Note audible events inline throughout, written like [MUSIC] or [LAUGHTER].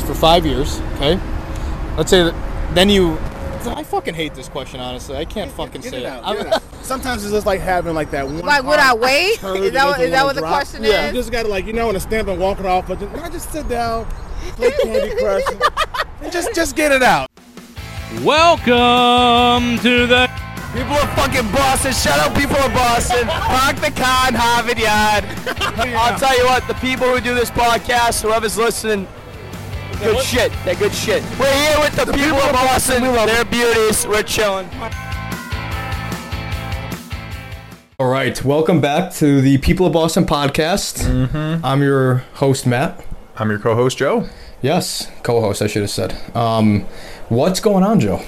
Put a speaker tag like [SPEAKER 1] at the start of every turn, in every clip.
[SPEAKER 1] for five years, okay? Let's say that then you. I fucking hate this question, honestly. I can't fucking
[SPEAKER 2] Get
[SPEAKER 1] say
[SPEAKER 2] it
[SPEAKER 1] it.
[SPEAKER 2] out.
[SPEAKER 1] I'm- [LAUGHS]
[SPEAKER 2] get it out. Sometimes it's just like having like that one.
[SPEAKER 3] Like, would I
[SPEAKER 2] hard
[SPEAKER 3] wait?
[SPEAKER 2] turd
[SPEAKER 3] Is that what-
[SPEAKER 2] doesn't
[SPEAKER 3] is that
[SPEAKER 2] wanna
[SPEAKER 3] what the
[SPEAKER 2] drop.
[SPEAKER 3] question
[SPEAKER 2] yeah,
[SPEAKER 3] is?
[SPEAKER 2] You just gotta like you know when to stand up and walking off, but just, I just sit down, play
[SPEAKER 3] [LAUGHS]
[SPEAKER 2] Candy Crush, and just just get it out.
[SPEAKER 4] Welcome to the
[SPEAKER 5] People are fucking Boston. Shout out people of
[SPEAKER 2] [LAUGHS]
[SPEAKER 5] Boston. Park the car in Harvard Yard. I'll tell you what, the people who do this podcast, whoever's listening, good shit. They're good shit. We're here with the, people, of Boston. They're beauties. We're chilling.
[SPEAKER 6] All right, welcome back to the People of Boston podcast.
[SPEAKER 2] Mm-hmm.
[SPEAKER 6] I'm your host, Matt.
[SPEAKER 7] I'm your co-host Joe.
[SPEAKER 6] Yes, co-host, I should have said. Um, what's going on, Joe?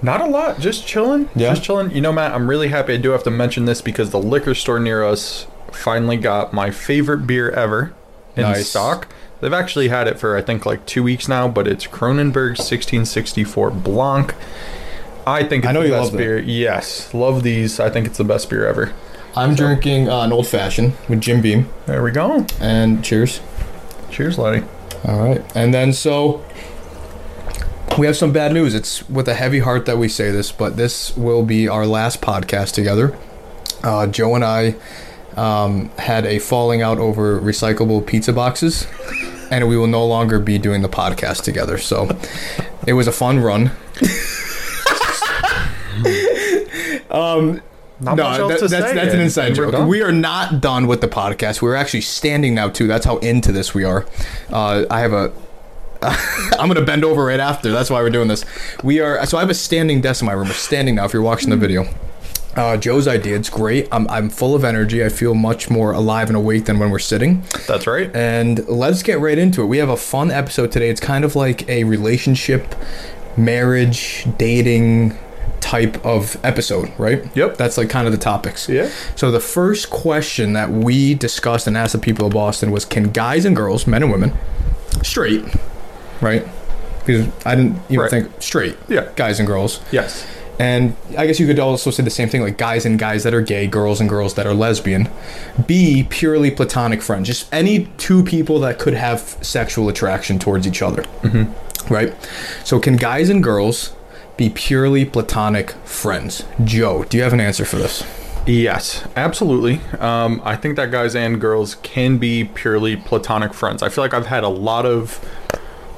[SPEAKER 7] Not a lot, just chilling.
[SPEAKER 6] Yeah.
[SPEAKER 7] Just chilling. You know, Matt, I'm really happy. I do have to mention this because the liquor store near us finally got my favorite beer ever in
[SPEAKER 6] Nice.
[SPEAKER 7] stock. They've actually had it for I think like two weeks now, but it's Kronenberg 1664 Blanc. I think it's
[SPEAKER 6] I know
[SPEAKER 7] the
[SPEAKER 6] you
[SPEAKER 7] best
[SPEAKER 6] love them.
[SPEAKER 7] beer. Yes, love these. I think it's the best beer ever.
[SPEAKER 6] I'm drinking uh, an old fashioned with Jim Beam,
[SPEAKER 7] There we go.
[SPEAKER 6] and cheers.
[SPEAKER 7] Cheers, Lottie.
[SPEAKER 6] All right, and then so we have some bad news. It's with a heavy heart that we say this, but this will be our last podcast together. Uh, Joe and I um, had a falling out over recyclable pizza boxes, and we will no longer be doing the podcast together. So it was a fun run.
[SPEAKER 7] Not
[SPEAKER 6] no,
[SPEAKER 7] much else
[SPEAKER 6] that-
[SPEAKER 7] to
[SPEAKER 6] that's,
[SPEAKER 7] say,
[SPEAKER 6] that's an
[SPEAKER 7] and
[SPEAKER 6] inside
[SPEAKER 7] we're
[SPEAKER 6] joke.
[SPEAKER 7] done.
[SPEAKER 6] We are not done with the podcast. We're actually standing now too. That's how into this we are. Uh, I have a. [LAUGHS] I'm gonna bend over right after. That's why we're doing this. We are. So I have a standing desk in my room. We're standing now. If you're watching the
[SPEAKER 7] Mm-hmm.
[SPEAKER 6] video. Uh, Joe's idea. It's great. I'm, I'm full of energy. I feel much more alive and awake than when we're sitting.
[SPEAKER 7] That's right.
[SPEAKER 6] And let's get right into it. We have a fun episode today. It's kind of like a relationship, marriage, dating type of episode, right?
[SPEAKER 7] Yep.
[SPEAKER 6] That's like kind of the topics.
[SPEAKER 7] Yeah.
[SPEAKER 6] So the first question that we discussed and asked the people of Boston was can guys and girls, men and women, straight, right? Because I didn't even
[SPEAKER 7] Right.
[SPEAKER 6] think straight.
[SPEAKER 7] Yeah.
[SPEAKER 6] Guys and girls.
[SPEAKER 7] Yes.
[SPEAKER 6] And I guess you could also say the same thing, like guys and guys that are gay, girls and girls that are lesbian. B, purely platonic friends. Just any two people that could have sexual attraction towards each other. Mm-hmm. Right? So, can guys and girls be purely platonic friends? Joe, do you have an answer for this?
[SPEAKER 7] Yes, absolutely. Um, I think that guys and girls can be purely platonic friends. I feel like I've had a lot of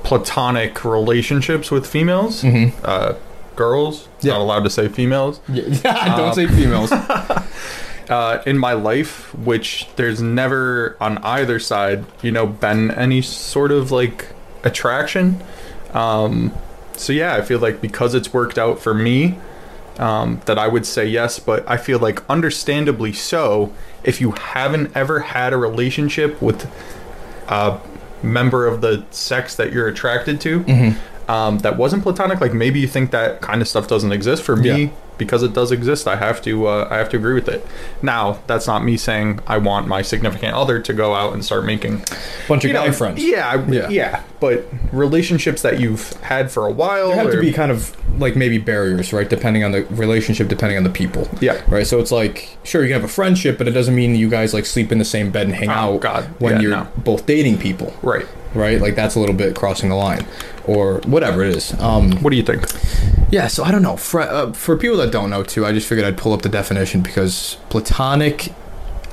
[SPEAKER 7] platonic relationships with females, uh, girls.
[SPEAKER 6] Yeah.
[SPEAKER 7] Not allowed to say females
[SPEAKER 6] [LAUGHS] Yeah, [LAUGHS] don't say females.
[SPEAKER 7] uh, in my life, which there's never on either side, you know, been any sort of like attraction. Um, so yeah, I feel like because it's worked out for me, um, that I would say yes. But I feel like, understandably so, if you haven't ever had a relationship with a member of the sex that you're attracted to. Um, that wasn't platonic. Like maybe you think that kind of stuff doesn't exist. For me,
[SPEAKER 6] Yeah.
[SPEAKER 7] because it does exist, I have to uh, I have to agree with it. Now, that's not me saying I want my significant other to go out and start making
[SPEAKER 6] Bunch of
[SPEAKER 7] you
[SPEAKER 6] guy
[SPEAKER 7] know,
[SPEAKER 6] friends.
[SPEAKER 7] Yeah, I-
[SPEAKER 6] Yeah.
[SPEAKER 7] yeah, But relationships that you've had for a while
[SPEAKER 6] There have to
[SPEAKER 7] or-
[SPEAKER 6] be kind of like maybe barriers, right? Depending on the relationship, depending on the people.
[SPEAKER 7] Yeah.
[SPEAKER 6] Right. So it's like, sure, you can have a friendship, but it doesn't mean you guys like sleep in the same bed and hang
[SPEAKER 7] Oh,
[SPEAKER 6] out
[SPEAKER 7] God.
[SPEAKER 6] when
[SPEAKER 7] Yeah,
[SPEAKER 6] you're
[SPEAKER 7] no.
[SPEAKER 6] both dating people.
[SPEAKER 7] right.
[SPEAKER 6] Right. Like that's a little bit crossing the line, or whatever it is. Um,
[SPEAKER 7] What do you think?
[SPEAKER 6] yeah. So I don't know. For, uh, for people that don't know too, I just figured I'd pull up the definition because platonic.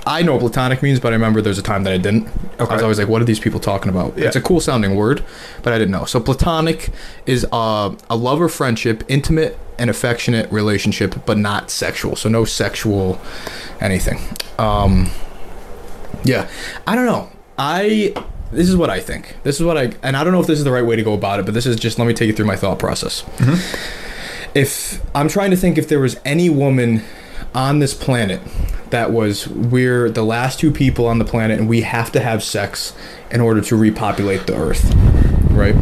[SPEAKER 6] I know what platonic means, but I remember there's a time that I didn't. I was
[SPEAKER 7] Okay.
[SPEAKER 6] always like, "What are these people talking about?" It's a
[SPEAKER 7] Yeah.
[SPEAKER 6] cool sounding word, but I didn't know. So platonic is uh, a love or friendship, intimate and affectionate relationship, but not sexual. So no sexual anything. Um, yeah, I don't know. I this is what I think. This is what I and I don't know if this is the right way to go about it, but this is just let me take you through my thought process. If I'm trying to think if there was any woman on this planet that was we're the last two people on the planet and we have to have sex in order to repopulate the earth, right?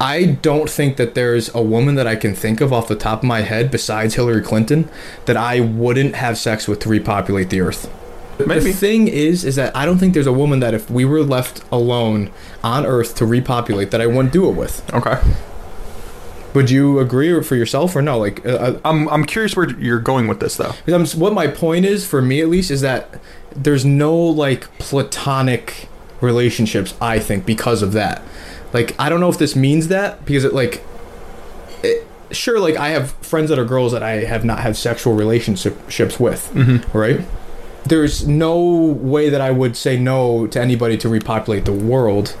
[SPEAKER 6] I don't think that there's a woman that I can think of off the top of my head besides Hillary Clinton that I wouldn't have sex with to repopulate the earth. The
[SPEAKER 7] Maybe.
[SPEAKER 6] thing is, is that I don't think there's a woman that if we were left alone on Earth to repopulate, that I wouldn't do it with.
[SPEAKER 7] Okay.
[SPEAKER 6] Would you agree or for yourself or no? Like, uh,
[SPEAKER 7] I'm I'm curious where you're going with this though.
[SPEAKER 6] uh, I'm, what my point is for me at least is that there's no like platonic relationships, I think, because of that. Like, I don't know if this means that because it, like, it, sure, like, I have friends that are girls that I have not had sexual relationships with,
[SPEAKER 7] Mm-hmm.
[SPEAKER 6] right? There's no way that I would say no to anybody to repopulate the world.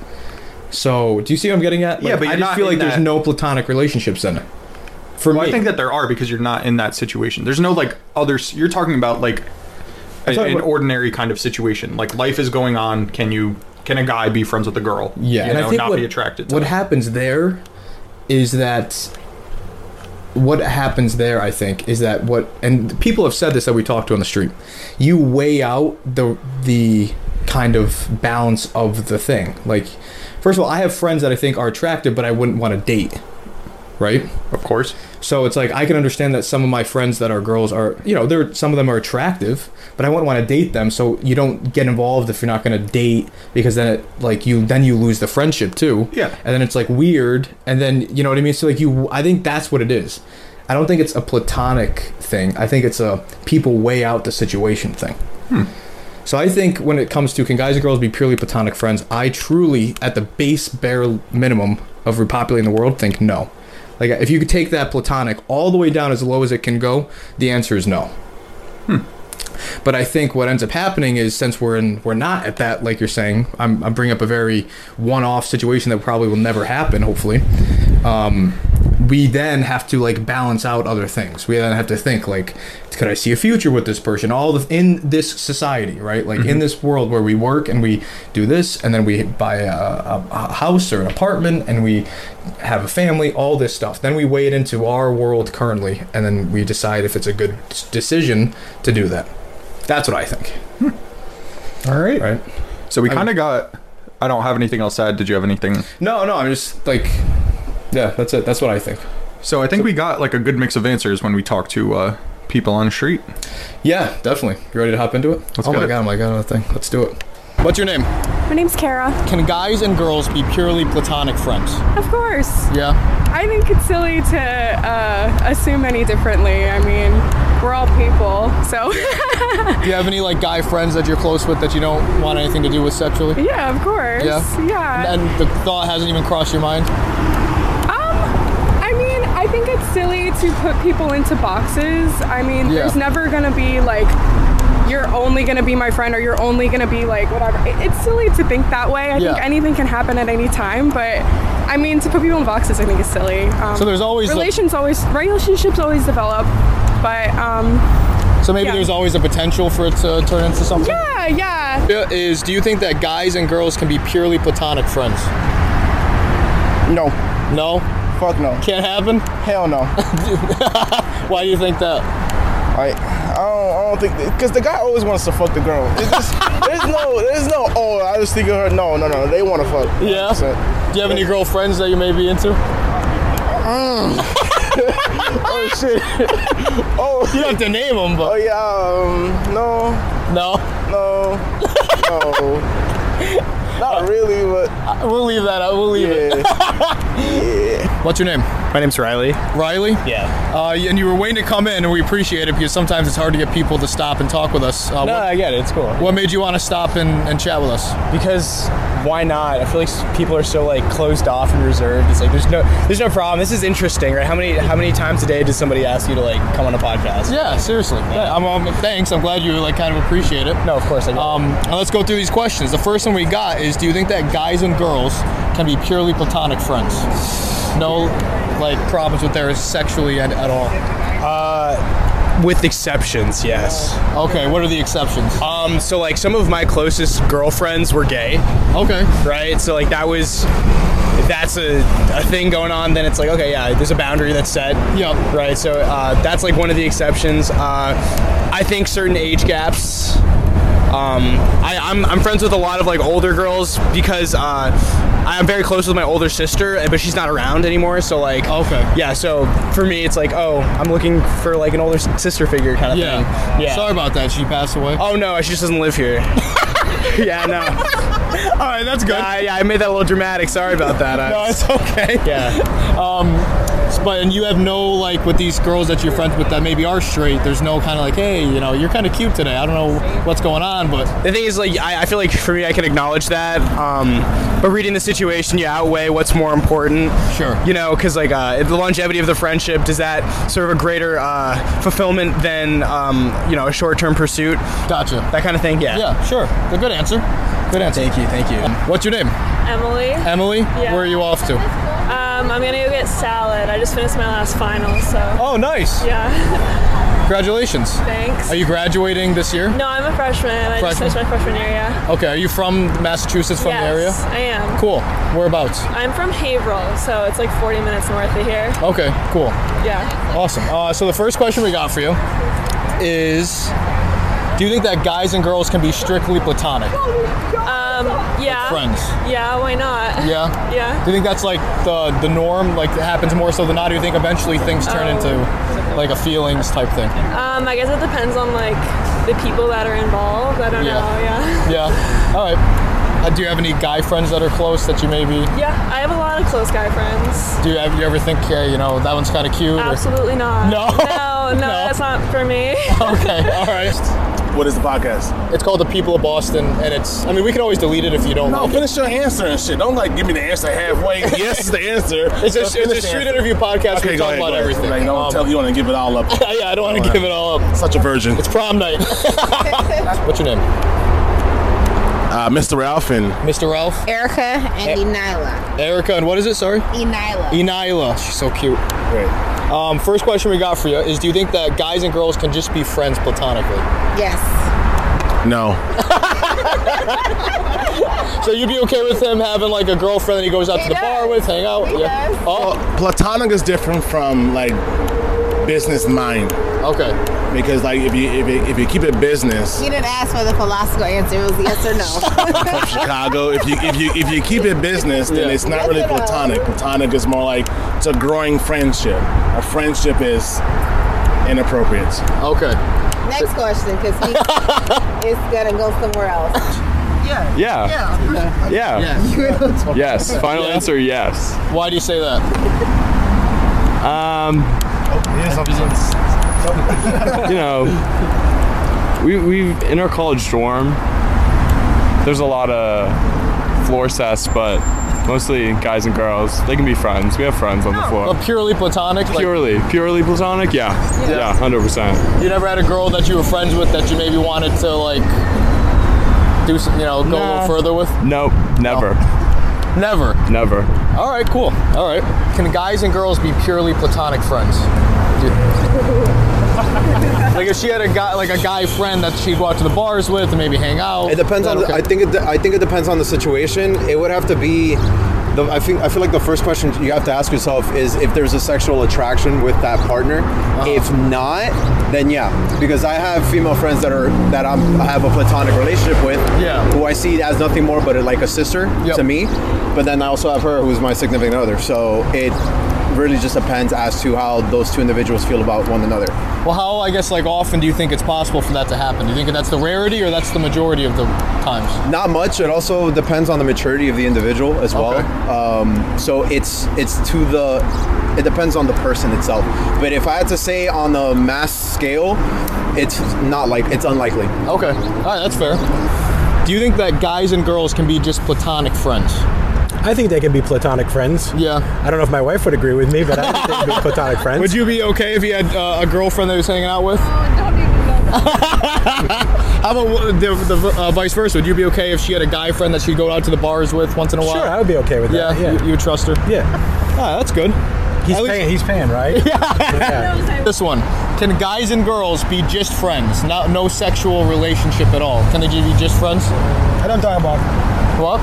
[SPEAKER 6] So, do you see what I'm getting at? Like,
[SPEAKER 7] Yeah, but
[SPEAKER 6] I
[SPEAKER 7] you're
[SPEAKER 6] just
[SPEAKER 7] not
[SPEAKER 6] feel
[SPEAKER 7] in
[SPEAKER 6] like there's
[SPEAKER 7] that-
[SPEAKER 6] no platonic relationships in it. For
[SPEAKER 7] Well,
[SPEAKER 6] me,
[SPEAKER 7] I think that there are because you're not in that situation. There's no like other. s- You're talking about like an,
[SPEAKER 6] talking
[SPEAKER 7] an
[SPEAKER 6] about-
[SPEAKER 7] ordinary kind of situation. Like life is going on. Can you? Can a guy be friends with a girl?
[SPEAKER 6] Yeah,
[SPEAKER 7] you
[SPEAKER 6] and
[SPEAKER 7] know,
[SPEAKER 6] I think
[SPEAKER 7] not
[SPEAKER 6] what,
[SPEAKER 7] be attracted. To
[SPEAKER 6] what
[SPEAKER 7] them?
[SPEAKER 6] happens there is that what happens there, I think, is that what and people have said this that we talked to on the street. You weigh out the the kind of balance of the thing. Like, first of all, I have friends that I think are attractive, but I wouldn't want to date, right?
[SPEAKER 7] of course.
[SPEAKER 6] So it's like I can understand that some of my friends that are girls are, you know, they're some of them are attractive, but I wouldn't want to date them. So you don't get involved if you're not going to date because then it like you then you lose the friendship too.
[SPEAKER 7] Yeah.
[SPEAKER 6] And then it's like weird, and then you know what I mean. So like you, I think that's what it is. I don't think it's a platonic thing. I think it's a people weigh out the situation thing. So I think when it comes to can guys and girls be purely platonic friends, I truly, at the base bare minimum of repopulating the world, think no. Like if you could take that platonic all the way down as low as it can go, the answer is no. But I think what ends up happening is since we're in, we're not at that, like you're saying, I'm, I'm bringing up a very one-off situation that probably will never happen, hopefully. Um, we then have to like balance out other things. We then have to think like, could I see a future with this person? All the, in this society, right? Like in this world where we work and we do this, and then we buy a, a, a house or an apartment, and we have a family. All this stuff. Then we weigh it into our world currently, and then we decide if it's a good s- decision to do that. That's what I think.
[SPEAKER 7] Hmm. All right.
[SPEAKER 6] Right?
[SPEAKER 7] So we kind of got. I don't have anything else to add. Did you have anything?
[SPEAKER 6] No, no, I'm just like, yeah, that's it. That's what I think.
[SPEAKER 7] So I think we got like a good mix of answers when we talked to uh, people on the street.
[SPEAKER 6] Yeah, definitely. You ready to hop into it?
[SPEAKER 7] Let's
[SPEAKER 6] oh
[SPEAKER 7] get
[SPEAKER 6] my
[SPEAKER 7] it.
[SPEAKER 6] god, my god, thing. Let's do it.
[SPEAKER 1] What's your name?
[SPEAKER 3] My name's Kara.
[SPEAKER 1] Can guys and girls be purely platonic friends?
[SPEAKER 3] Of course.
[SPEAKER 1] Yeah.
[SPEAKER 3] I think it's silly to uh, assume any differently. I mean, we're all people, so
[SPEAKER 1] Do you have any like guy friends that you're close with that you don't want anything to do with sexually?
[SPEAKER 3] [LAUGHS] yeah, of course.
[SPEAKER 1] Yeah.
[SPEAKER 3] Yeah.
[SPEAKER 1] And the thought hasn't even crossed your mind.
[SPEAKER 3] Um, I mean, I think it's silly to put people into boxes. I mean,
[SPEAKER 1] Yeah.
[SPEAKER 3] there's never gonna be like you're only gonna be my friend or you're only gonna be like whatever. It- It's silly to think that way. I
[SPEAKER 1] Yeah.
[SPEAKER 3] think anything can happen at any time, but I mean, to put people in boxes, I think is silly. Um,
[SPEAKER 1] So there's always the-
[SPEAKER 3] relations always relationships always develop, but um,
[SPEAKER 1] So maybe
[SPEAKER 3] Yeah.
[SPEAKER 1] there's always a potential for it to turn into something.
[SPEAKER 3] yeah, yeah.
[SPEAKER 1] Yeah, Is do you think that guys and girls can be purely platonic friends?
[SPEAKER 4] No,
[SPEAKER 1] No,
[SPEAKER 4] fuck no.
[SPEAKER 1] can't happen.
[SPEAKER 4] Hell no.
[SPEAKER 1] Why do you think that?
[SPEAKER 4] Like, I don't, I don't think, because the guy always wants to fuck the girl. It's just, there's no, there's no, oh, I was thinking her. No, no, no, they want to fuck.
[SPEAKER 1] Yeah.
[SPEAKER 4] So,
[SPEAKER 1] Do you have any girlfriends that you may be into?
[SPEAKER 4] Mm. [LAUGHS] oh,
[SPEAKER 1] [LAUGHS]
[SPEAKER 4] shit.
[SPEAKER 1] You don't have to name them,
[SPEAKER 4] Oh,
[SPEAKER 1] but
[SPEAKER 4] yeah, um, no,
[SPEAKER 1] no,
[SPEAKER 4] no, no. Not really, but
[SPEAKER 1] I- we'll leave that out. We'll leave it.
[SPEAKER 4] yeah.
[SPEAKER 1] What's your name?
[SPEAKER 8] My name's Riley.
[SPEAKER 1] Riley.
[SPEAKER 8] Yeah.
[SPEAKER 1] Uh, and you were waiting to come in, and we appreciate it because sometimes it's hard to get people to stop and talk with us. Uh,
[SPEAKER 8] No,
[SPEAKER 1] what,
[SPEAKER 8] I get it. It's cool.
[SPEAKER 1] what made you want to stop and, and chat with us?
[SPEAKER 8] Because why not? I feel like s- people are so like closed off and reserved. It's like there's no there's no problem. This is interesting, right? How many how many times a day does somebody ask you to like come on a podcast?
[SPEAKER 1] Yeah, seriously. Yeah, I'm, um, thanks. I'm glad you like kind of appreciate it.
[SPEAKER 8] No, of course I get it.
[SPEAKER 1] Um, and let's go through these questions. The first one we got is: Do you think that guys and girls can be purely platonic friends? No, like problems with their sexually at, at all.
[SPEAKER 8] Um, With exceptions, yes.
[SPEAKER 1] Okay, what are the exceptions?
[SPEAKER 8] Um, so like some of my closest girlfriends were gay,
[SPEAKER 6] Uh,
[SPEAKER 1] Okay,
[SPEAKER 8] right? So like that was if that's a, a thing going on, then it's like okay, yeah, there's a boundary that's set.
[SPEAKER 1] Yep.
[SPEAKER 8] Right. So uh, that's like one of the exceptions. Uh, I think certain age gaps. Um, I, I'm, I'm friends with a lot of like older girls because uh, I'm very close with my older sister, eh, but she's not around anymore. So like,
[SPEAKER 6] Oh,
[SPEAKER 1] Okay.
[SPEAKER 8] yeah. So for me, it's like, oh, I'm looking for like an older s- sister figure kind of
[SPEAKER 1] yeah,
[SPEAKER 8] thing. Yeah.
[SPEAKER 1] Sorry about that. She passed away.
[SPEAKER 8] Oh no, she just doesn't live here. [LAUGHS] yeah, no.
[SPEAKER 6] [LAUGHS] All right, that's good.
[SPEAKER 8] I, I made that a little dramatic. Sorry about that. uh. I-
[SPEAKER 6] No, it's okay.
[SPEAKER 8] yeah.
[SPEAKER 6] Um, But and you have no like with these girls that you're friends with that maybe are straight. There's no kind of like, hey, you know, you're kind of cute today. I don't know what's going on, but
[SPEAKER 8] The thing is, like, I, I feel like for me, I can acknowledge that. Um, but reading the situation, you outweigh what's more important.
[SPEAKER 6] Sure.
[SPEAKER 8] You know, because like uh, the longevity of the friendship does that serve a greater uh, fulfillment than um, you know a short-term pursuit,
[SPEAKER 6] gotcha.
[SPEAKER 8] that kind of thing. Yeah.
[SPEAKER 6] Yeah, sure. A good answer. Good answer.
[SPEAKER 8] Thank you. Thank you.
[SPEAKER 6] What's your name?
[SPEAKER 3] Emily,
[SPEAKER 6] Emily. Where are you off to?
[SPEAKER 3] um, I'm gonna go get salad. I just finished my last final, so
[SPEAKER 6] Oh, nice.
[SPEAKER 3] yeah, [LAUGHS]
[SPEAKER 6] Congratulations.
[SPEAKER 3] thanks.
[SPEAKER 6] Are you graduating this year?
[SPEAKER 3] no, I'm a freshman. I just
[SPEAKER 6] Freshman?
[SPEAKER 3] finished my freshman year. Yeah.
[SPEAKER 6] Okay. Are you from Massachusetts? From the area?
[SPEAKER 3] yes, I am.
[SPEAKER 6] Cool. Whereabouts?
[SPEAKER 3] I'm from Haverhill, so it's like 40 minutes north of here.
[SPEAKER 6] Okay. Cool.
[SPEAKER 3] Yeah.
[SPEAKER 6] Awesome. Uh, so the first question we got for you is: Do you think that guys and girls can be strictly platonic
[SPEAKER 3] Um, yeah.
[SPEAKER 6] friends?
[SPEAKER 3] Yeah. Why not?
[SPEAKER 6] Yeah.
[SPEAKER 3] Yeah.
[SPEAKER 6] Do you think that's like the the norm? Like it happens more so than not? Do you think eventually things turn into like a feelings type thing?
[SPEAKER 3] Um, I guess it depends on like the people that are involved. I don't
[SPEAKER 6] Yeah.
[SPEAKER 3] know. Yeah. [LAUGHS]
[SPEAKER 6] Yeah. All right. Uh, do you have any guy friends that are close that you maybe?
[SPEAKER 3] Yeah. I have a lot of close guy friends.
[SPEAKER 6] Do you, have you ever think, yeah, you know, that one's kind of cute? or-
[SPEAKER 3] Absolutely not.
[SPEAKER 6] No.
[SPEAKER 3] No.
[SPEAKER 6] [LAUGHS]
[SPEAKER 3] No.
[SPEAKER 6] No.
[SPEAKER 3] That's not for
[SPEAKER 6] [LAUGHS]
[SPEAKER 3] me. [LAUGHS]
[SPEAKER 6] Okay. All right.
[SPEAKER 2] What is the podcast?
[SPEAKER 6] It's called The People of Boston, and it's. I mean, we can always delete it if you don't.
[SPEAKER 2] No,
[SPEAKER 6] like it.
[SPEAKER 2] finish your answer and shit. Don't like give me the answer halfway. yes is the answer.
[SPEAKER 6] It's a,
[SPEAKER 2] Just
[SPEAKER 6] it's
[SPEAKER 2] finish
[SPEAKER 6] a
[SPEAKER 2] the
[SPEAKER 6] street
[SPEAKER 2] answer.
[SPEAKER 6] interview podcast. we
[SPEAKER 2] Okay,
[SPEAKER 6] talk
[SPEAKER 2] go ahead.
[SPEAKER 6] about
[SPEAKER 2] go ahead.
[SPEAKER 6] everything.
[SPEAKER 2] Like, don't
[SPEAKER 6] Um,
[SPEAKER 2] tell you want to give it all up.
[SPEAKER 6] [LAUGHS] yeah, I don't want to give it all up.
[SPEAKER 2] Such a virgin.
[SPEAKER 6] It's prom night. [LAUGHS] What's your name?
[SPEAKER 2] Uh, Mr. Ralph and
[SPEAKER 6] Mr. Ralph?
[SPEAKER 9] Erica and Enila.
[SPEAKER 6] Erica, and what is it? Sorry?
[SPEAKER 9] Enila.
[SPEAKER 6] Enila. She's so cute.
[SPEAKER 2] Right.
[SPEAKER 6] Um, first question we got for you is do you think that guys and girls can just be friends platonically?
[SPEAKER 9] yes.
[SPEAKER 2] No.
[SPEAKER 6] So you'd be okay with him having like a girlfriend that he goes out to
[SPEAKER 9] He
[SPEAKER 6] the bar
[SPEAKER 9] does.
[SPEAKER 6] with, hang out?
[SPEAKER 9] He
[SPEAKER 6] yeah.
[SPEAKER 9] does.
[SPEAKER 6] Oh,
[SPEAKER 2] Well, platonic is different from like business mind
[SPEAKER 6] okay.
[SPEAKER 2] because like if you if you, if you keep it business
[SPEAKER 9] [LAUGHS] You didn't ask for the philosophical answer. It was yes
[SPEAKER 2] [LAUGHS]
[SPEAKER 9] or no.
[SPEAKER 2] from Chicago, if you if you if you keep it business, then
[SPEAKER 6] Yeah.
[SPEAKER 2] it's not really platonic. Platonic is more like it's a growing friendship. A friendship is inappropriate.
[SPEAKER 6] Okay.
[SPEAKER 9] Next question, because
[SPEAKER 2] [LAUGHS]
[SPEAKER 9] he is going to go somewhere else.
[SPEAKER 10] Yeah. [LAUGHS] Yeah.
[SPEAKER 6] Yes.
[SPEAKER 10] Yes. Final
[SPEAKER 6] Yeah.
[SPEAKER 10] answer. Yes.
[SPEAKER 6] Why do you say that?
[SPEAKER 10] Um. you know, we we in our college dorm. There's a lot of floor sets, but mostly guys and girls. They can be friends. We have friends
[SPEAKER 8] Oh.
[SPEAKER 10] on the floor.
[SPEAKER 6] But purely platonic? Like,
[SPEAKER 10] Purely, purely platonic. Yeah, yeah, hundred percent.
[SPEAKER 6] you never had a girl that you were friends with that you maybe wanted to like do some, you know, go a
[SPEAKER 10] Nah.
[SPEAKER 6] little further with?
[SPEAKER 10] Nope, never,
[SPEAKER 6] Never.
[SPEAKER 10] never.
[SPEAKER 6] All right, cool. All right. Can guys and girls be purely platonic friends?
[SPEAKER 11] [LAUGHS]
[SPEAKER 6] like if she had a guy, like a guy friend that she'd go out to the bars with and maybe hang out.
[SPEAKER 11] It depends
[SPEAKER 6] is
[SPEAKER 11] on.
[SPEAKER 6] that
[SPEAKER 11] I
[SPEAKER 6] okay?
[SPEAKER 11] think it. de- I think it depends on the situation. It would have to be. [LAUGHS] The, I think. I feel like the first question you have to ask yourself is if there's a sexual attraction with that partner.
[SPEAKER 6] Uh-huh.
[SPEAKER 11] If not, then yeah, because I have female friends that are that I'm, I have a platonic relationship with.
[SPEAKER 6] Yeah.
[SPEAKER 11] Who I see as nothing more but like a sister
[SPEAKER 6] Yep.
[SPEAKER 11] to me. But then I also have her who's my significant other. So it really just depends as to how those two individuals feel about one another.
[SPEAKER 6] Well, how I guess like often do you think it's possible for that to happen? Do you think that's the rarity or that's the majority of the times?
[SPEAKER 11] Not much. It also depends on the maturity of the individual as well. Um, so it's it's to the it depends on the person itself. But if I had to say on the mass scale, it's not like it's unlikely.
[SPEAKER 6] Okay. All right, that's fair. Do you think that guys and girls can be just platonic friends?
[SPEAKER 12] I think they can be platonic friends.
[SPEAKER 6] Yeah.
[SPEAKER 12] I don't know if my wife would agree with me, but I think they can be platonic friends.
[SPEAKER 6] Would you be okay if you had uh, a girlfriend that he was hanging out with? [LAUGHS] How about the, the uh, vice versa? Would you be okay if she had a guy friend that she'd go out to the bars with once in a while?
[SPEAKER 12] Sure, I would be okay with
[SPEAKER 6] Yeah,
[SPEAKER 12] that.
[SPEAKER 6] You, you would trust her.
[SPEAKER 12] yeah.
[SPEAKER 6] Ah, that's good.
[SPEAKER 12] He's
[SPEAKER 6] At least-
[SPEAKER 12] paying. He's paying,
[SPEAKER 11] [LAUGHS]
[SPEAKER 12] right? Yeah.
[SPEAKER 6] This one. Can guys and girls be just friends? Not no sexual relationship at all. Can they be just friends?
[SPEAKER 12] I don't talk about.
[SPEAKER 6] What?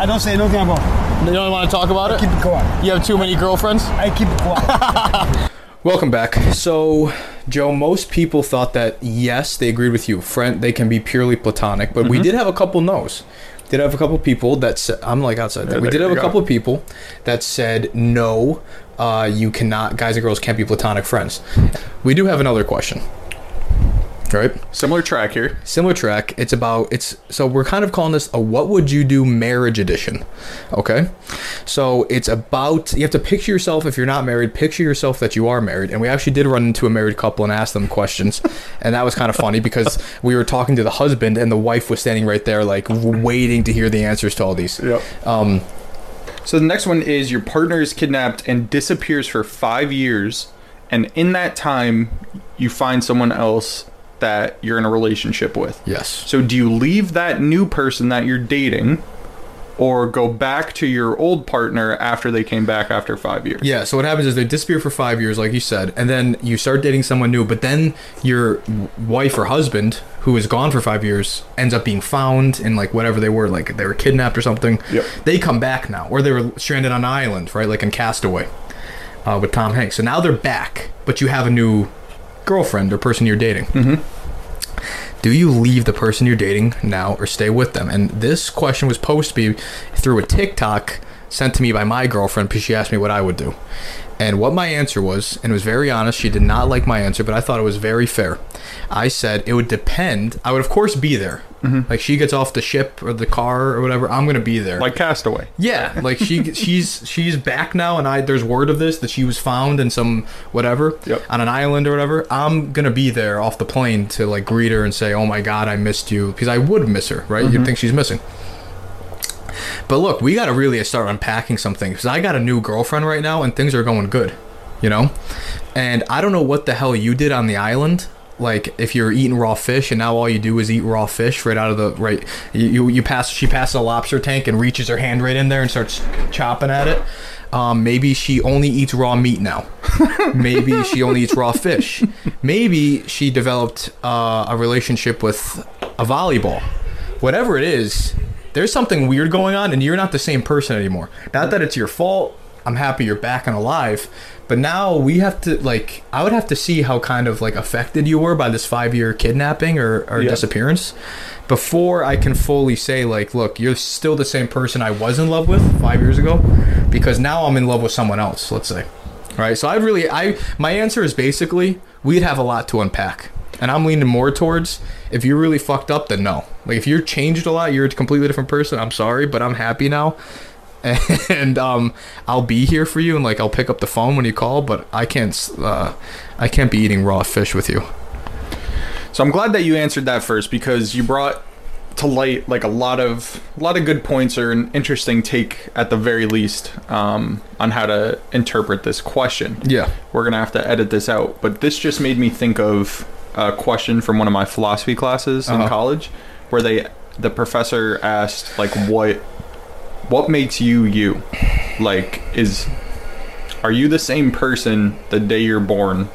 [SPEAKER 12] I don't say nothing about.
[SPEAKER 6] You don't want to talk about it?
[SPEAKER 12] quiet.
[SPEAKER 6] You have too many girlfriends?
[SPEAKER 12] I keep it quiet.
[SPEAKER 13] [LAUGHS] Welcome back. So, Joe, most people thought that yes, they agreed with you. Friend, they can be purely platonic, but
[SPEAKER 14] Mm-hmm.
[SPEAKER 13] we did have a couple no's. Did have a couple people that said, I'm like outside. there. we
[SPEAKER 14] there
[SPEAKER 13] did have
[SPEAKER 14] you
[SPEAKER 13] a
[SPEAKER 14] go.
[SPEAKER 13] couple people that said no. Uh, you cannot, guys and girls can't be platonic friends. We do have another question.
[SPEAKER 6] right?
[SPEAKER 7] Similar track here.
[SPEAKER 6] Similar track. It's about it's so we're kind of calling this a what would you do marriage edition. Okay? So it's about you have to picture yourself if you're not married, picture yourself that you are married. And we actually did run into a married couple and asked them questions. [LAUGHS] and that was kind of funny because we were talking to the husband and the wife was standing right there like waiting to hear the answers to all these. Yep. Um
[SPEAKER 7] So the next one is your partner is kidnapped and disappears for five years, and in that time, you find someone else that you're in a relationship with.
[SPEAKER 6] Yes.
[SPEAKER 7] So do you leave that new person that you're dating, or go back to your old partner after they came back after five years?
[SPEAKER 6] Yeah, so what happens is they disappear for five years, like you said, and then you start dating someone new, but then your w- wife or husband, who is gone for five years, ends up being found in like whatever they were, like they were kidnapped or something. Yep. They come back now, or they were stranded on an island, right? Like in Castaway uh, with Tom Hanks. So now they're back, but you have a new girlfriend or person you're dating. Mm-hmm. Do you leave the person you're dating now or stay with them? And this question was posed to be through a TikTok sent to me by my girlfriend because she asked me what I would do. And what my answer was, and it was very honest, she did not like my answer, but I thought it was very fair. I said it would depend. I would, of course, be there. Like she gets off the ship or the car or whatever, I'm going to be there.
[SPEAKER 7] Like Castaway.
[SPEAKER 6] Yeah, like she [LAUGHS] she's she's back now, and I there's word of this that she was found in some whatever on an island or whatever. I'm gonna be there off the plane to like greet her and say, "Oh my God, I missed you," because I would miss her, right? You'd
[SPEAKER 7] Mhm.
[SPEAKER 6] think she's missing. But look, we gotta really start unpacking something because I got a new girlfriend right now, and things are going good, you know. And I don't know what the hell you did on the island. Like if you're eating raw fish and now all you do is eat raw fish right out of the right, you you, you pass she passes a lobster tank and reaches her hand right in there and starts chopping at it. Um, maybe she only eats raw meat now. maybe she only eats raw fish. Maybe she developed uh, a relationship with a volleyball. Whatever it is, there's something weird going on and you're not the same person anymore not that it's your fault i'm happy you're back and alive but now we have to like i would have to see how kind of like affected you were by this five year kidnapping or, or
[SPEAKER 7] Yeah.
[SPEAKER 6] disappearance before i can fully say like look you're still the same person i was in love with five years ago because now i'm in love with someone else let's say right so i really i my answer is basically we'd have a lot to unpack and I'm leaning more towards if you're really fucked up, then no. Like if you're changed a lot, you're a completely different person. I'm sorry, but I'm happy now, [LAUGHS] and um, I'll be here for you, and like I'll pick up the phone when you call. But I can't, s- uh, I can't be eating raw fish with you.
[SPEAKER 7] So I'm glad that you answered that first because you brought to light like a lot of a lot of good points or an interesting take at the very least um, on how to interpret this question.
[SPEAKER 6] Yeah.
[SPEAKER 7] we're gonna have to edit this out, but this just made me think of a question from one of my philosophy classes
[SPEAKER 6] Uh-huh.
[SPEAKER 7] in college, where they the professor asked like what what makes you you, like is are you the same person the day you're born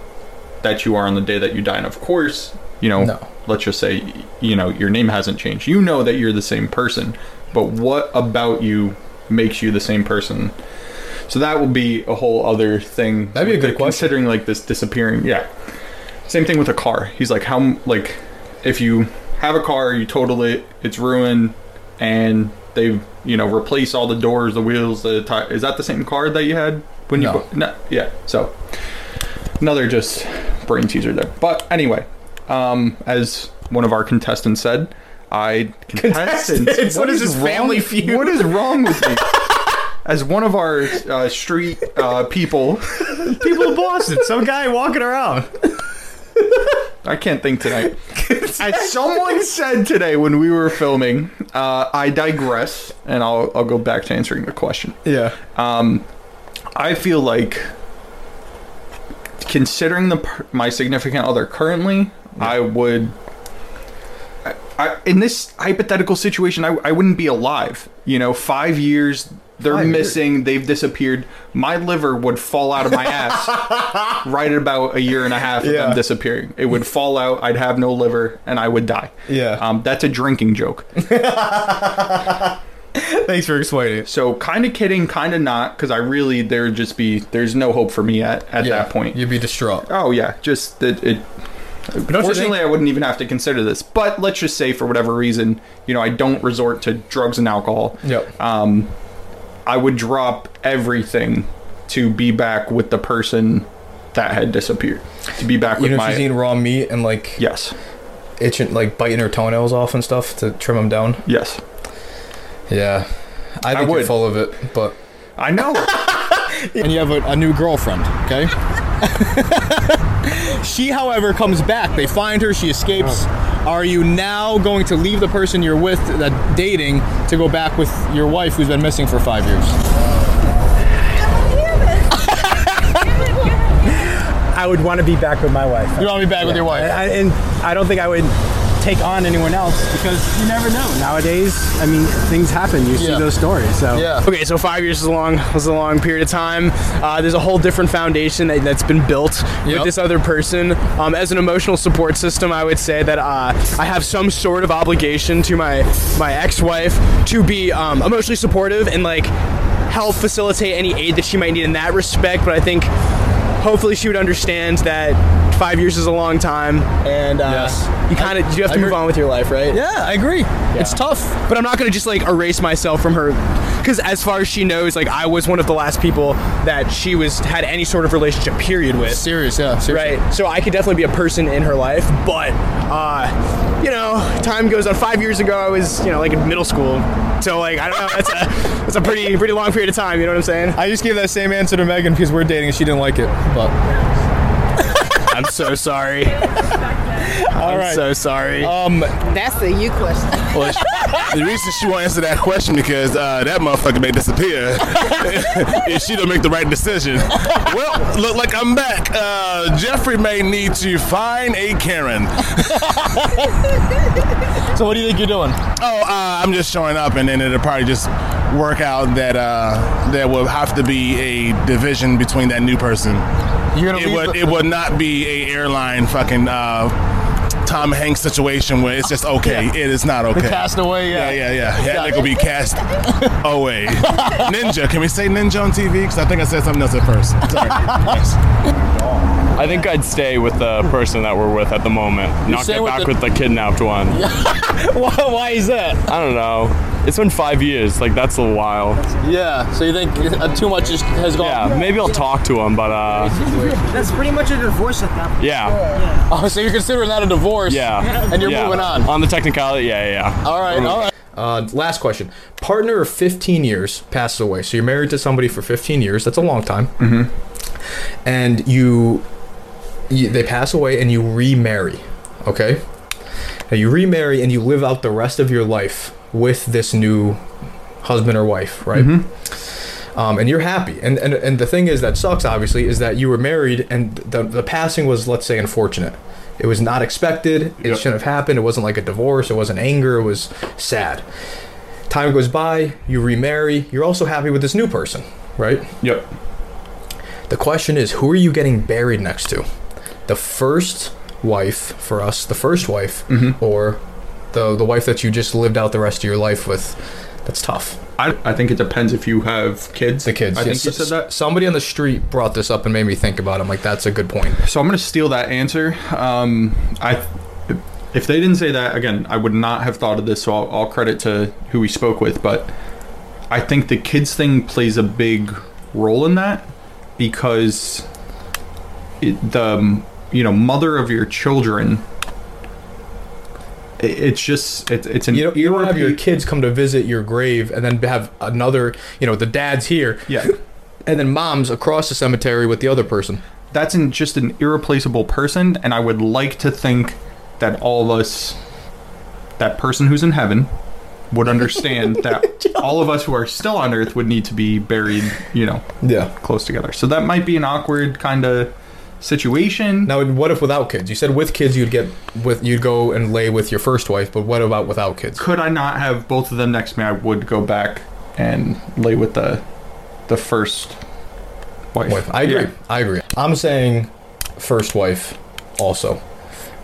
[SPEAKER 7] that you are on the day that you die? And of course, you know, let's just say, you know, your name hasn't changed. You know that you're the same person, but what about you makes you the same person? So that will be a whole other thing. That'd be a good question. Considering like this disappearing, yeah. Same thing with a car. He's like, how m- like if you have a car, you total it, it's ruined, and they you know replace all the doors, the wheels, the tire. Is that the same car that you had when you? bu- no yeah. So another just brain teaser there. But anyway, um, as one of our contestants said, I contestants.
[SPEAKER 6] Contestants? What is this,
[SPEAKER 7] wrong-
[SPEAKER 6] Family Feud?
[SPEAKER 7] What is wrong with me? As one of our uh, street uh, people,
[SPEAKER 6] people of Boston, some guy walking around.
[SPEAKER 7] I can't think tonight. As someone [LAUGHS] said today when we were filming, uh, I digress, and I'll I'll go back to answering the question.
[SPEAKER 6] Yeah.
[SPEAKER 7] Um, I feel like considering the per- my significant other currently, I would. I, I, in this hypothetical situation, I, I wouldn't be alive. You know, five years they're
[SPEAKER 6] Five years.
[SPEAKER 7] missing, they've disappeared. My liver would fall out of
[SPEAKER 6] [LAUGHS]
[SPEAKER 7] my ass right at about a year and a half of
[SPEAKER 6] Yeah.
[SPEAKER 7] them disappearing. It would fall out. I'd have no liver, and I would die.
[SPEAKER 6] Yeah.
[SPEAKER 7] um, that's a drinking joke.
[SPEAKER 6] Thanks for explaining it.
[SPEAKER 7] So, kind of kidding, kind of not, because I really there would just be there's no hope for me at at that point.
[SPEAKER 6] You'd be distraught.
[SPEAKER 7] Oh yeah, just that it.
[SPEAKER 6] you
[SPEAKER 7] Fortunately, I wouldn't even have to consider this. But let's just say, for whatever reason, you know, I don't resort to drugs and alcohol.
[SPEAKER 6] Yep.
[SPEAKER 7] Um, I would drop everything to be back with the person that had disappeared. To be back with
[SPEAKER 6] Even if
[SPEAKER 7] my
[SPEAKER 6] she's eating raw meat and like
[SPEAKER 7] yes,
[SPEAKER 6] itching, like biting her toenails off and stuff to trim them down?
[SPEAKER 7] Yes.
[SPEAKER 6] Yeah, I
[SPEAKER 7] I
[SPEAKER 6] think
[SPEAKER 7] would.
[SPEAKER 6] you're full of it, but
[SPEAKER 7] I know.
[SPEAKER 1] and you have a, a new girlfriend, okay? [LAUGHS] she, however, comes back. They find her, she escapes.
[SPEAKER 6] Oh.
[SPEAKER 1] Are you now going to leave the person you're with, that dating, to go back with your wife who's been missing for five years?
[SPEAKER 15] I would want to be back with my wife. You
[SPEAKER 1] want to be back with your wife?
[SPEAKER 15] I, and I don't think I would take on anyone else because you never know. Nowadays, I mean, things happen. You see those stories. So
[SPEAKER 8] Okay, so five years is a long was a long period of time. Uh, there's a whole different foundation that, that's been built with this other person. Um, as an emotional support system, I would say that uh, I have some sort of obligation to my my ex-wife to be um, emotionally supportive and like help facilitate any aid that she might need in that respect. But I think hopefully she would understand that five years is a long time, and uh, you kind of you have to move on with your life, right?
[SPEAKER 1] Yeah, I agree. It's tough,
[SPEAKER 8] but I'm not gonna just like erase myself from her, because as far as she knows, like I was one of the last people that she was had any sort of relationship period with.
[SPEAKER 1] Serious, yeah,
[SPEAKER 8] serious. Right. So I could definitely be a person in her life, but uh, you know, time goes on. Five years ago, I was you know like in middle school, so like I don't know. That's a that's a pretty pretty long period of time. You know what I'm saying?
[SPEAKER 1] I just gave that same answer to Megan because we're dating and she didn't like it. But
[SPEAKER 8] I'm so sorry. I'm so sorry.
[SPEAKER 1] Um,
[SPEAKER 9] That's a you question.
[SPEAKER 2] Well, she- the reason she won't answer that question because uh, that motherfucker may disappear [LAUGHS] if she don't make the right decision. Well, look like I'm back. Uh, Jeffrey may need to find a Karen.
[SPEAKER 1] so what do you think you're doing?
[SPEAKER 2] Oh, uh, I'm just showing up, and then it'll probably just work out that uh, there will have to be a division between that new person.
[SPEAKER 1] You're gonna
[SPEAKER 2] it
[SPEAKER 1] leave
[SPEAKER 2] would
[SPEAKER 1] the-
[SPEAKER 2] it would not be a airline fucking. Uh, Tom Hanks situation where it's just okay. It is not
[SPEAKER 1] [LAUGHS]
[SPEAKER 2] okay.
[SPEAKER 1] cast away, yeah.
[SPEAKER 2] yeah, yeah, yeah.
[SPEAKER 1] Yeah.
[SPEAKER 2] That nigga
[SPEAKER 1] [LAUGHS]
[SPEAKER 2] be cast away. ninja. Can we say ninja on TV? Because I think I said something else at first. Sorry. Yes.
[SPEAKER 16] I think I'd stay with the person that we're with at the moment, not
[SPEAKER 1] stay
[SPEAKER 16] get
[SPEAKER 1] with
[SPEAKER 16] back
[SPEAKER 1] the-
[SPEAKER 16] with the kidnapped one.
[SPEAKER 1] [LAUGHS] why, why is that?
[SPEAKER 16] I don't know. It's been five years. Like that's a while.
[SPEAKER 1] Yeah. So you think uh, too much is, has gone?
[SPEAKER 16] Yeah. Maybe I'll talk to him, but uh,
[SPEAKER 15] That's pretty much a divorce at that point.
[SPEAKER 16] yeah,
[SPEAKER 1] Oh, so you're considering that a divorce?
[SPEAKER 16] yeah.
[SPEAKER 1] And you're
[SPEAKER 16] Yeah.
[SPEAKER 1] moving on.
[SPEAKER 16] On the technicality, yeah, yeah. yeah.
[SPEAKER 1] All right, all right.
[SPEAKER 6] Uh, last question. Partner of 15 years passes away. So you're married to somebody for 15 years. That's a long time. Mm-hmm. And you, you, they pass away and you remarry. Okay? Now you remarry and you live out the rest of your life with this new husband or wife, right? Um, and you're happy. And, and and the thing is that sucks, obviously, is that you were married and the, the passing was, let's say, unfortunate. It was not expected. It shouldn't have happened. It wasn't like a divorce. It wasn't anger. It was sad. Time goes by. You remarry. You're also happy with this new person, right?
[SPEAKER 16] Yep.
[SPEAKER 6] The question is, who are you getting buried next to? The first wife for us, the first wife,
[SPEAKER 7] Mm-hmm.
[SPEAKER 6] or the the wife that you just lived out the rest of your life with? That's tough.
[SPEAKER 7] I, I think it depends if you have kids. The
[SPEAKER 6] kids.
[SPEAKER 7] I
[SPEAKER 6] yeah.
[SPEAKER 7] think you
[SPEAKER 6] S-
[SPEAKER 7] said that.
[SPEAKER 6] Somebody on the street brought this up and made me think about it. I'm like, that's a good point.
[SPEAKER 7] So I'm going to steal that answer. Um, I, if they didn't say that again, I would not have thought of this. So I'll, I'll credit to who we spoke with, but I think the kids thing plays a big role in that because it, the um, you know mother of your children. It, it's just it, it's an
[SPEAKER 6] You don't, you don't have your
[SPEAKER 7] irrepe-
[SPEAKER 6] kids come to visit your grave and then have another, you know, the dad's here.
[SPEAKER 7] Yeah.
[SPEAKER 6] And then mom's across the cemetery with the other person.
[SPEAKER 7] that's an, just an irreplaceable person, and I would like to think that all of us, that person who's in heaven, would understand that all of us who are still on earth would need to be buried, you know,
[SPEAKER 6] yeah,
[SPEAKER 7] close together. So that might be an awkward kind of situation.
[SPEAKER 6] Now, what if without kids? You said with kids you'd get with you'd go and lay with your first wife, but what about without kids?
[SPEAKER 7] Could I not have both of them next to me? I would go back and lay with the the first wife.
[SPEAKER 6] Wife. I agree. I agree. I'm saying first wife also.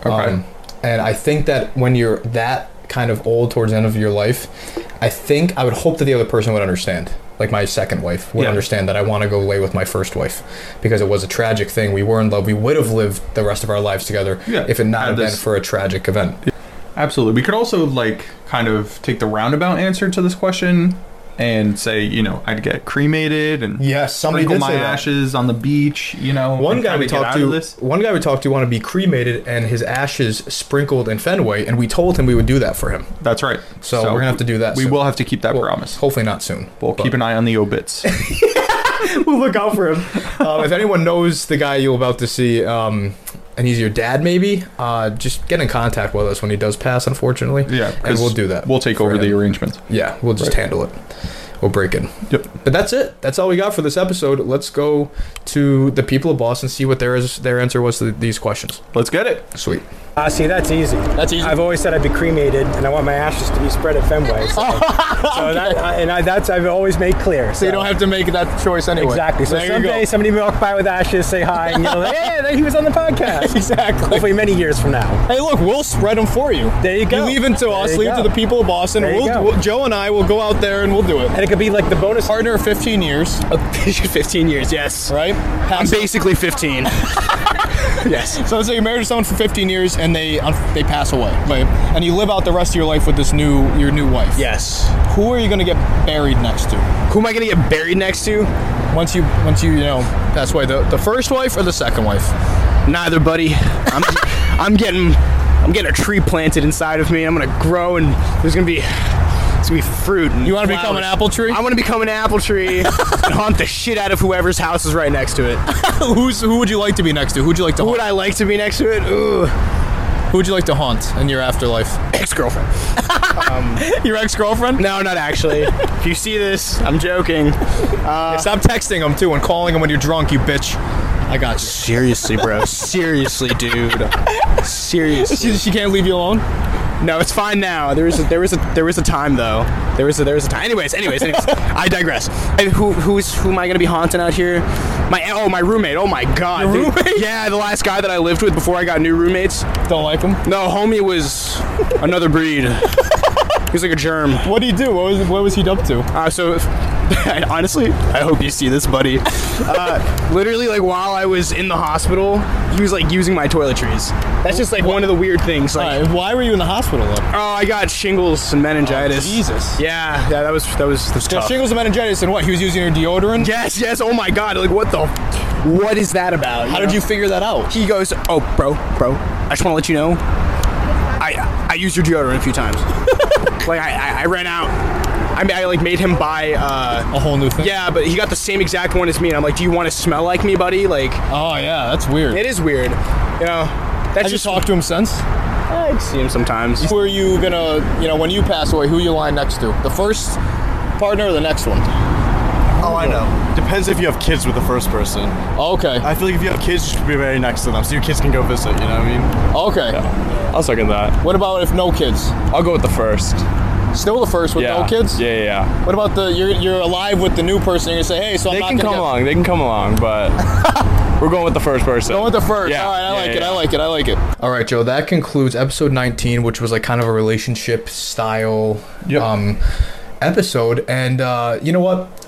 [SPEAKER 6] Okay. and I think that when you're that kind of old towards the end of your life, I think I would hope that the other person would understand. Like my second wife would
[SPEAKER 7] Yeah.
[SPEAKER 6] understand that I want to go lay with my first wife because it was a tragic thing. We were in love. We would have lived the rest of our lives together
[SPEAKER 7] Yeah.
[SPEAKER 6] if it not
[SPEAKER 7] Had
[SPEAKER 6] had been
[SPEAKER 7] this-
[SPEAKER 6] for a tragic event.
[SPEAKER 7] Absolutely. We could also like kind of take the roundabout answer to this question and say, you know, I'd get cremated and
[SPEAKER 17] yes, somebody
[SPEAKER 7] sprinkle
[SPEAKER 17] did
[SPEAKER 7] my
[SPEAKER 17] say that.
[SPEAKER 7] ashes on the beach. You know,
[SPEAKER 6] One
[SPEAKER 7] and
[SPEAKER 6] guy
[SPEAKER 7] kinda
[SPEAKER 6] we
[SPEAKER 7] get
[SPEAKER 6] talked
[SPEAKER 7] out of
[SPEAKER 6] to,
[SPEAKER 7] this.
[SPEAKER 6] one guy we talked to, wanted to be cremated and his ashes sprinkled in Fenway, and we told him we would do that for him.
[SPEAKER 7] That's right.
[SPEAKER 6] So, we're gonna have to do that.
[SPEAKER 7] We
[SPEAKER 6] soon.
[SPEAKER 7] will have to keep that promise.
[SPEAKER 6] Hopefully not soon.
[SPEAKER 7] We'll
[SPEAKER 6] [LAUGHS]
[SPEAKER 7] keep an eye on the obits.
[SPEAKER 6] we'll look out for him. [LAUGHS] Um, if anyone knows the guy you're about to see, um, and he's your dad, maybe, uh, just get in contact with us when he does pass. Unfortunately, yeah, and
[SPEAKER 7] 'cause
[SPEAKER 6] we'll do that.
[SPEAKER 7] We'll take over the arrangements.
[SPEAKER 6] Yeah, we'll just
[SPEAKER 7] Right.
[SPEAKER 6] handle it. We'll break it.
[SPEAKER 7] Yep.
[SPEAKER 6] But that's it. That's all we got for this episode. Let's go to the people of Boston see what their their answer was to these questions.
[SPEAKER 7] Let's get it.
[SPEAKER 6] Sweet.
[SPEAKER 15] Ah, see, that's easy. That's easy. I've always said I'd be cremated, and I want my ashes to be spread at Fenway. So, so that, I, and I, that's I've always made clear. So,
[SPEAKER 1] you don't have to make that choice anyway.
[SPEAKER 15] Exactly. So
[SPEAKER 1] There you
[SPEAKER 15] someday
[SPEAKER 1] go.
[SPEAKER 15] somebody will walk by with ashes, say hi, and you'll like, hey, there he was on the podcast.
[SPEAKER 1] exactly.
[SPEAKER 15] Hopefully, many years from now.
[SPEAKER 1] Hey, look, we'll spread them for you.
[SPEAKER 15] There you go.
[SPEAKER 1] [LAUGHS] You leave it to
[SPEAKER 15] There
[SPEAKER 1] us,
[SPEAKER 15] you
[SPEAKER 1] leave it
[SPEAKER 15] go.
[SPEAKER 1] to the people of Boston.
[SPEAKER 15] There you
[SPEAKER 1] We'll,
[SPEAKER 15] go.
[SPEAKER 1] we'll- Joe and I will go out there and we'll do it. And
[SPEAKER 15] it could be like the bonus
[SPEAKER 1] partner of 15 years.
[SPEAKER 15] [LAUGHS]
[SPEAKER 8] 15 years, yes.
[SPEAKER 1] Right?
[SPEAKER 8] I'm basically 15. yes.
[SPEAKER 1] [LAUGHS] So let's say you're married to someone for 15 years and they uh, they pass away, right? And you live out the rest of your life with this new your new wife.
[SPEAKER 8] Yes.
[SPEAKER 1] Who are you going to get buried next to?
[SPEAKER 8] Who am I going to get buried next to?
[SPEAKER 1] Once you once you you know pass away, the, the first wife or the second wife? [LAUGHS]
[SPEAKER 8] Neither, buddy. I'm, [LAUGHS] I'm getting, I'm getting a tree planted inside of me. I'm gonna grow, and there's gonna be, it's gonna be fruit. And you want to
[SPEAKER 1] become an apple tree?
[SPEAKER 8] I want to become an apple
[SPEAKER 1] [LAUGHS]
[SPEAKER 8] tree and haunt the shit out of whoever's house is right next to it.
[SPEAKER 1] Who's who would you like to be next to? Who'd you like to? Who
[SPEAKER 8] would I like to be next to it? Ooh.
[SPEAKER 1] Who would you like to haunt in your afterlife? [LAUGHS]
[SPEAKER 8] Ex girlfriend.
[SPEAKER 1] Your ex girlfriend?
[SPEAKER 8] No, not actually. if you see this, I'm joking. Uh,
[SPEAKER 1] Stop texting them too and calling them when you're drunk, you bitch. I got you.
[SPEAKER 8] Seriously, bro. Seriously, dude. [LAUGHS] Seriously. She,
[SPEAKER 1] can't leave you alone.
[SPEAKER 8] No, it's fine now. There was a, there was a there was a time though. There was a there was a time. Anyways, anyways, anyways. I digress. And who who's who am I gonna be haunting out here? My oh my roommate. Oh my god. Your roommate? Yeah, the last guy that I lived with before I got new roommates.
[SPEAKER 1] Don't like him.
[SPEAKER 8] No, homie was another breed. he was like a germ.
[SPEAKER 1] What did he do? What was what was he up to?
[SPEAKER 8] Uh, so [LAUGHS] honestly, I hope you see this, buddy. Uh, literally, like while I was in the hospital, he was like using my toiletries. That's just like one of the weird things. Like,
[SPEAKER 1] why were you in the hospital? Though?
[SPEAKER 8] Oh, I got shingles and meningitis.
[SPEAKER 1] Jesus.
[SPEAKER 8] Yeah, yeah, that was that was that was
[SPEAKER 1] Yeah,
[SPEAKER 8] tough.
[SPEAKER 1] shingles and meningitis, and what? He was using your deodorant?
[SPEAKER 8] Yes, yes. Oh my God! Like, what the? What is that about?
[SPEAKER 1] How did you figure that out?
[SPEAKER 8] He goes, "Oh, bro, bro, I just want to let you know, I I used your deodorant a few times. [LAUGHS] like, I, I I ran out. I mean, I like made him buy uh,
[SPEAKER 1] a whole new thing.
[SPEAKER 8] Yeah, but he got the same exact one as me, and I'm like, "Do you want to smell like me, buddy?" Like,
[SPEAKER 1] oh yeah, that's weird.
[SPEAKER 8] It is weird. You know, that's
[SPEAKER 1] Have
[SPEAKER 8] just
[SPEAKER 1] you talked to him since?
[SPEAKER 8] I see him sometimes.
[SPEAKER 1] Who are you gonna, you know, when you pass away, who you lying next to? The first partner or the next one?
[SPEAKER 17] Oh, I know. Depends if you have kids with the first person.
[SPEAKER 1] Okay.
[SPEAKER 17] I feel like if you have kids, you should be very next to them so your kids can go visit. You know what I mean?
[SPEAKER 1] Okay.
[SPEAKER 16] I'll second that.
[SPEAKER 1] What about if no kids?
[SPEAKER 16] I'll go with the first.
[SPEAKER 1] Still the first with
[SPEAKER 16] yeah.
[SPEAKER 1] no kids?
[SPEAKER 16] Yeah, yeah, yeah.
[SPEAKER 1] What about the you're you're alive with the new person? You're gonna say, hey, so I'm
[SPEAKER 16] They
[SPEAKER 1] not
[SPEAKER 16] can
[SPEAKER 1] gonna
[SPEAKER 16] come
[SPEAKER 1] get-
[SPEAKER 16] along. They can come along, but
[SPEAKER 6] [LAUGHS]
[SPEAKER 16] we're going with the first person.
[SPEAKER 1] Going with the first.
[SPEAKER 16] Yeah.
[SPEAKER 1] All right, I
[SPEAKER 16] yeah,
[SPEAKER 1] like it.
[SPEAKER 16] yeah.
[SPEAKER 1] I like it. I like it.
[SPEAKER 6] All right, Joe. That concludes episode 19, which was like kind of a relationship style um, episode. And uh, you know what?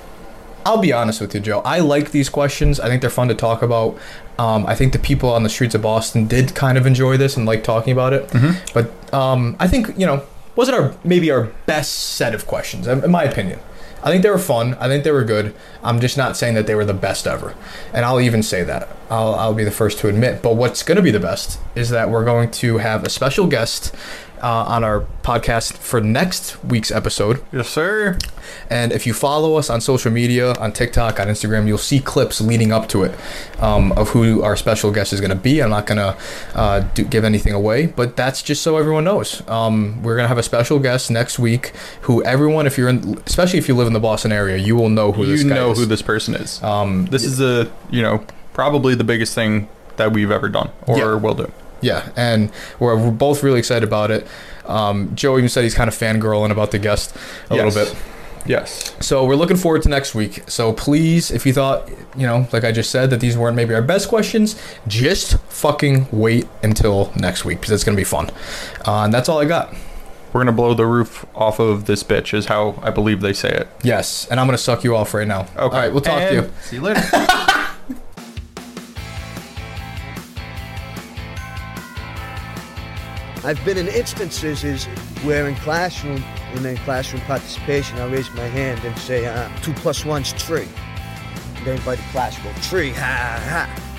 [SPEAKER 6] I'll be honest with you, Joe. I like these questions. I think they're fun to talk about. Um, I think the people on the streets of Boston did kind of enjoy this and like talking about it. But um, I think you know, was it our maybe our best set of questions, in in my opinion. I think they were fun. I think they were good. I'm just not saying that they were the best ever, and I'll even say that. I'll, I'll be the first to admit. But what's going to be the best is that we're going to have a special guest uh, on our podcast for next week's episode.
[SPEAKER 7] Yes, sir.
[SPEAKER 6] And if you follow us on social media, on TikTok, on Instagram, you'll see clips leading up to it um, of who our special guest is going to be. I'm not going to uh, do, give anything away, but that's just so everyone knows. Um, we're going to have a special guest next week who everyone, if you're in, especially if you live in the Boston area, you will know who this
[SPEAKER 7] you
[SPEAKER 6] guy
[SPEAKER 7] know
[SPEAKER 6] is.
[SPEAKER 7] who this person is. Um, this is the you know probably the biggest thing that we've ever done or
[SPEAKER 6] Yeah.
[SPEAKER 7] will do.
[SPEAKER 6] Yeah, and we're, we're both really excited about it. Um, Joe even said he's kind of fangirling about the guest a
[SPEAKER 7] Yes.
[SPEAKER 6] little bit.
[SPEAKER 7] Yes.
[SPEAKER 6] So we're looking forward to next week. So please, if you thought, you know, like I just said, that these weren't maybe our best questions, just fucking wait until next week because it's going to be fun. Uh, and that's all I got.
[SPEAKER 7] We're gonna blow the roof off of this bitch is how I believe they say it.
[SPEAKER 6] Yes, and I'm going to suck you off right now. Okay. All right, we'll talk to you.
[SPEAKER 7] See you later.
[SPEAKER 18] I've been in instances is where in classroom
[SPEAKER 11] and then classroom participation, I raise my hand and say, uh, two plus one's three. And everybody class go, tree, ha ha.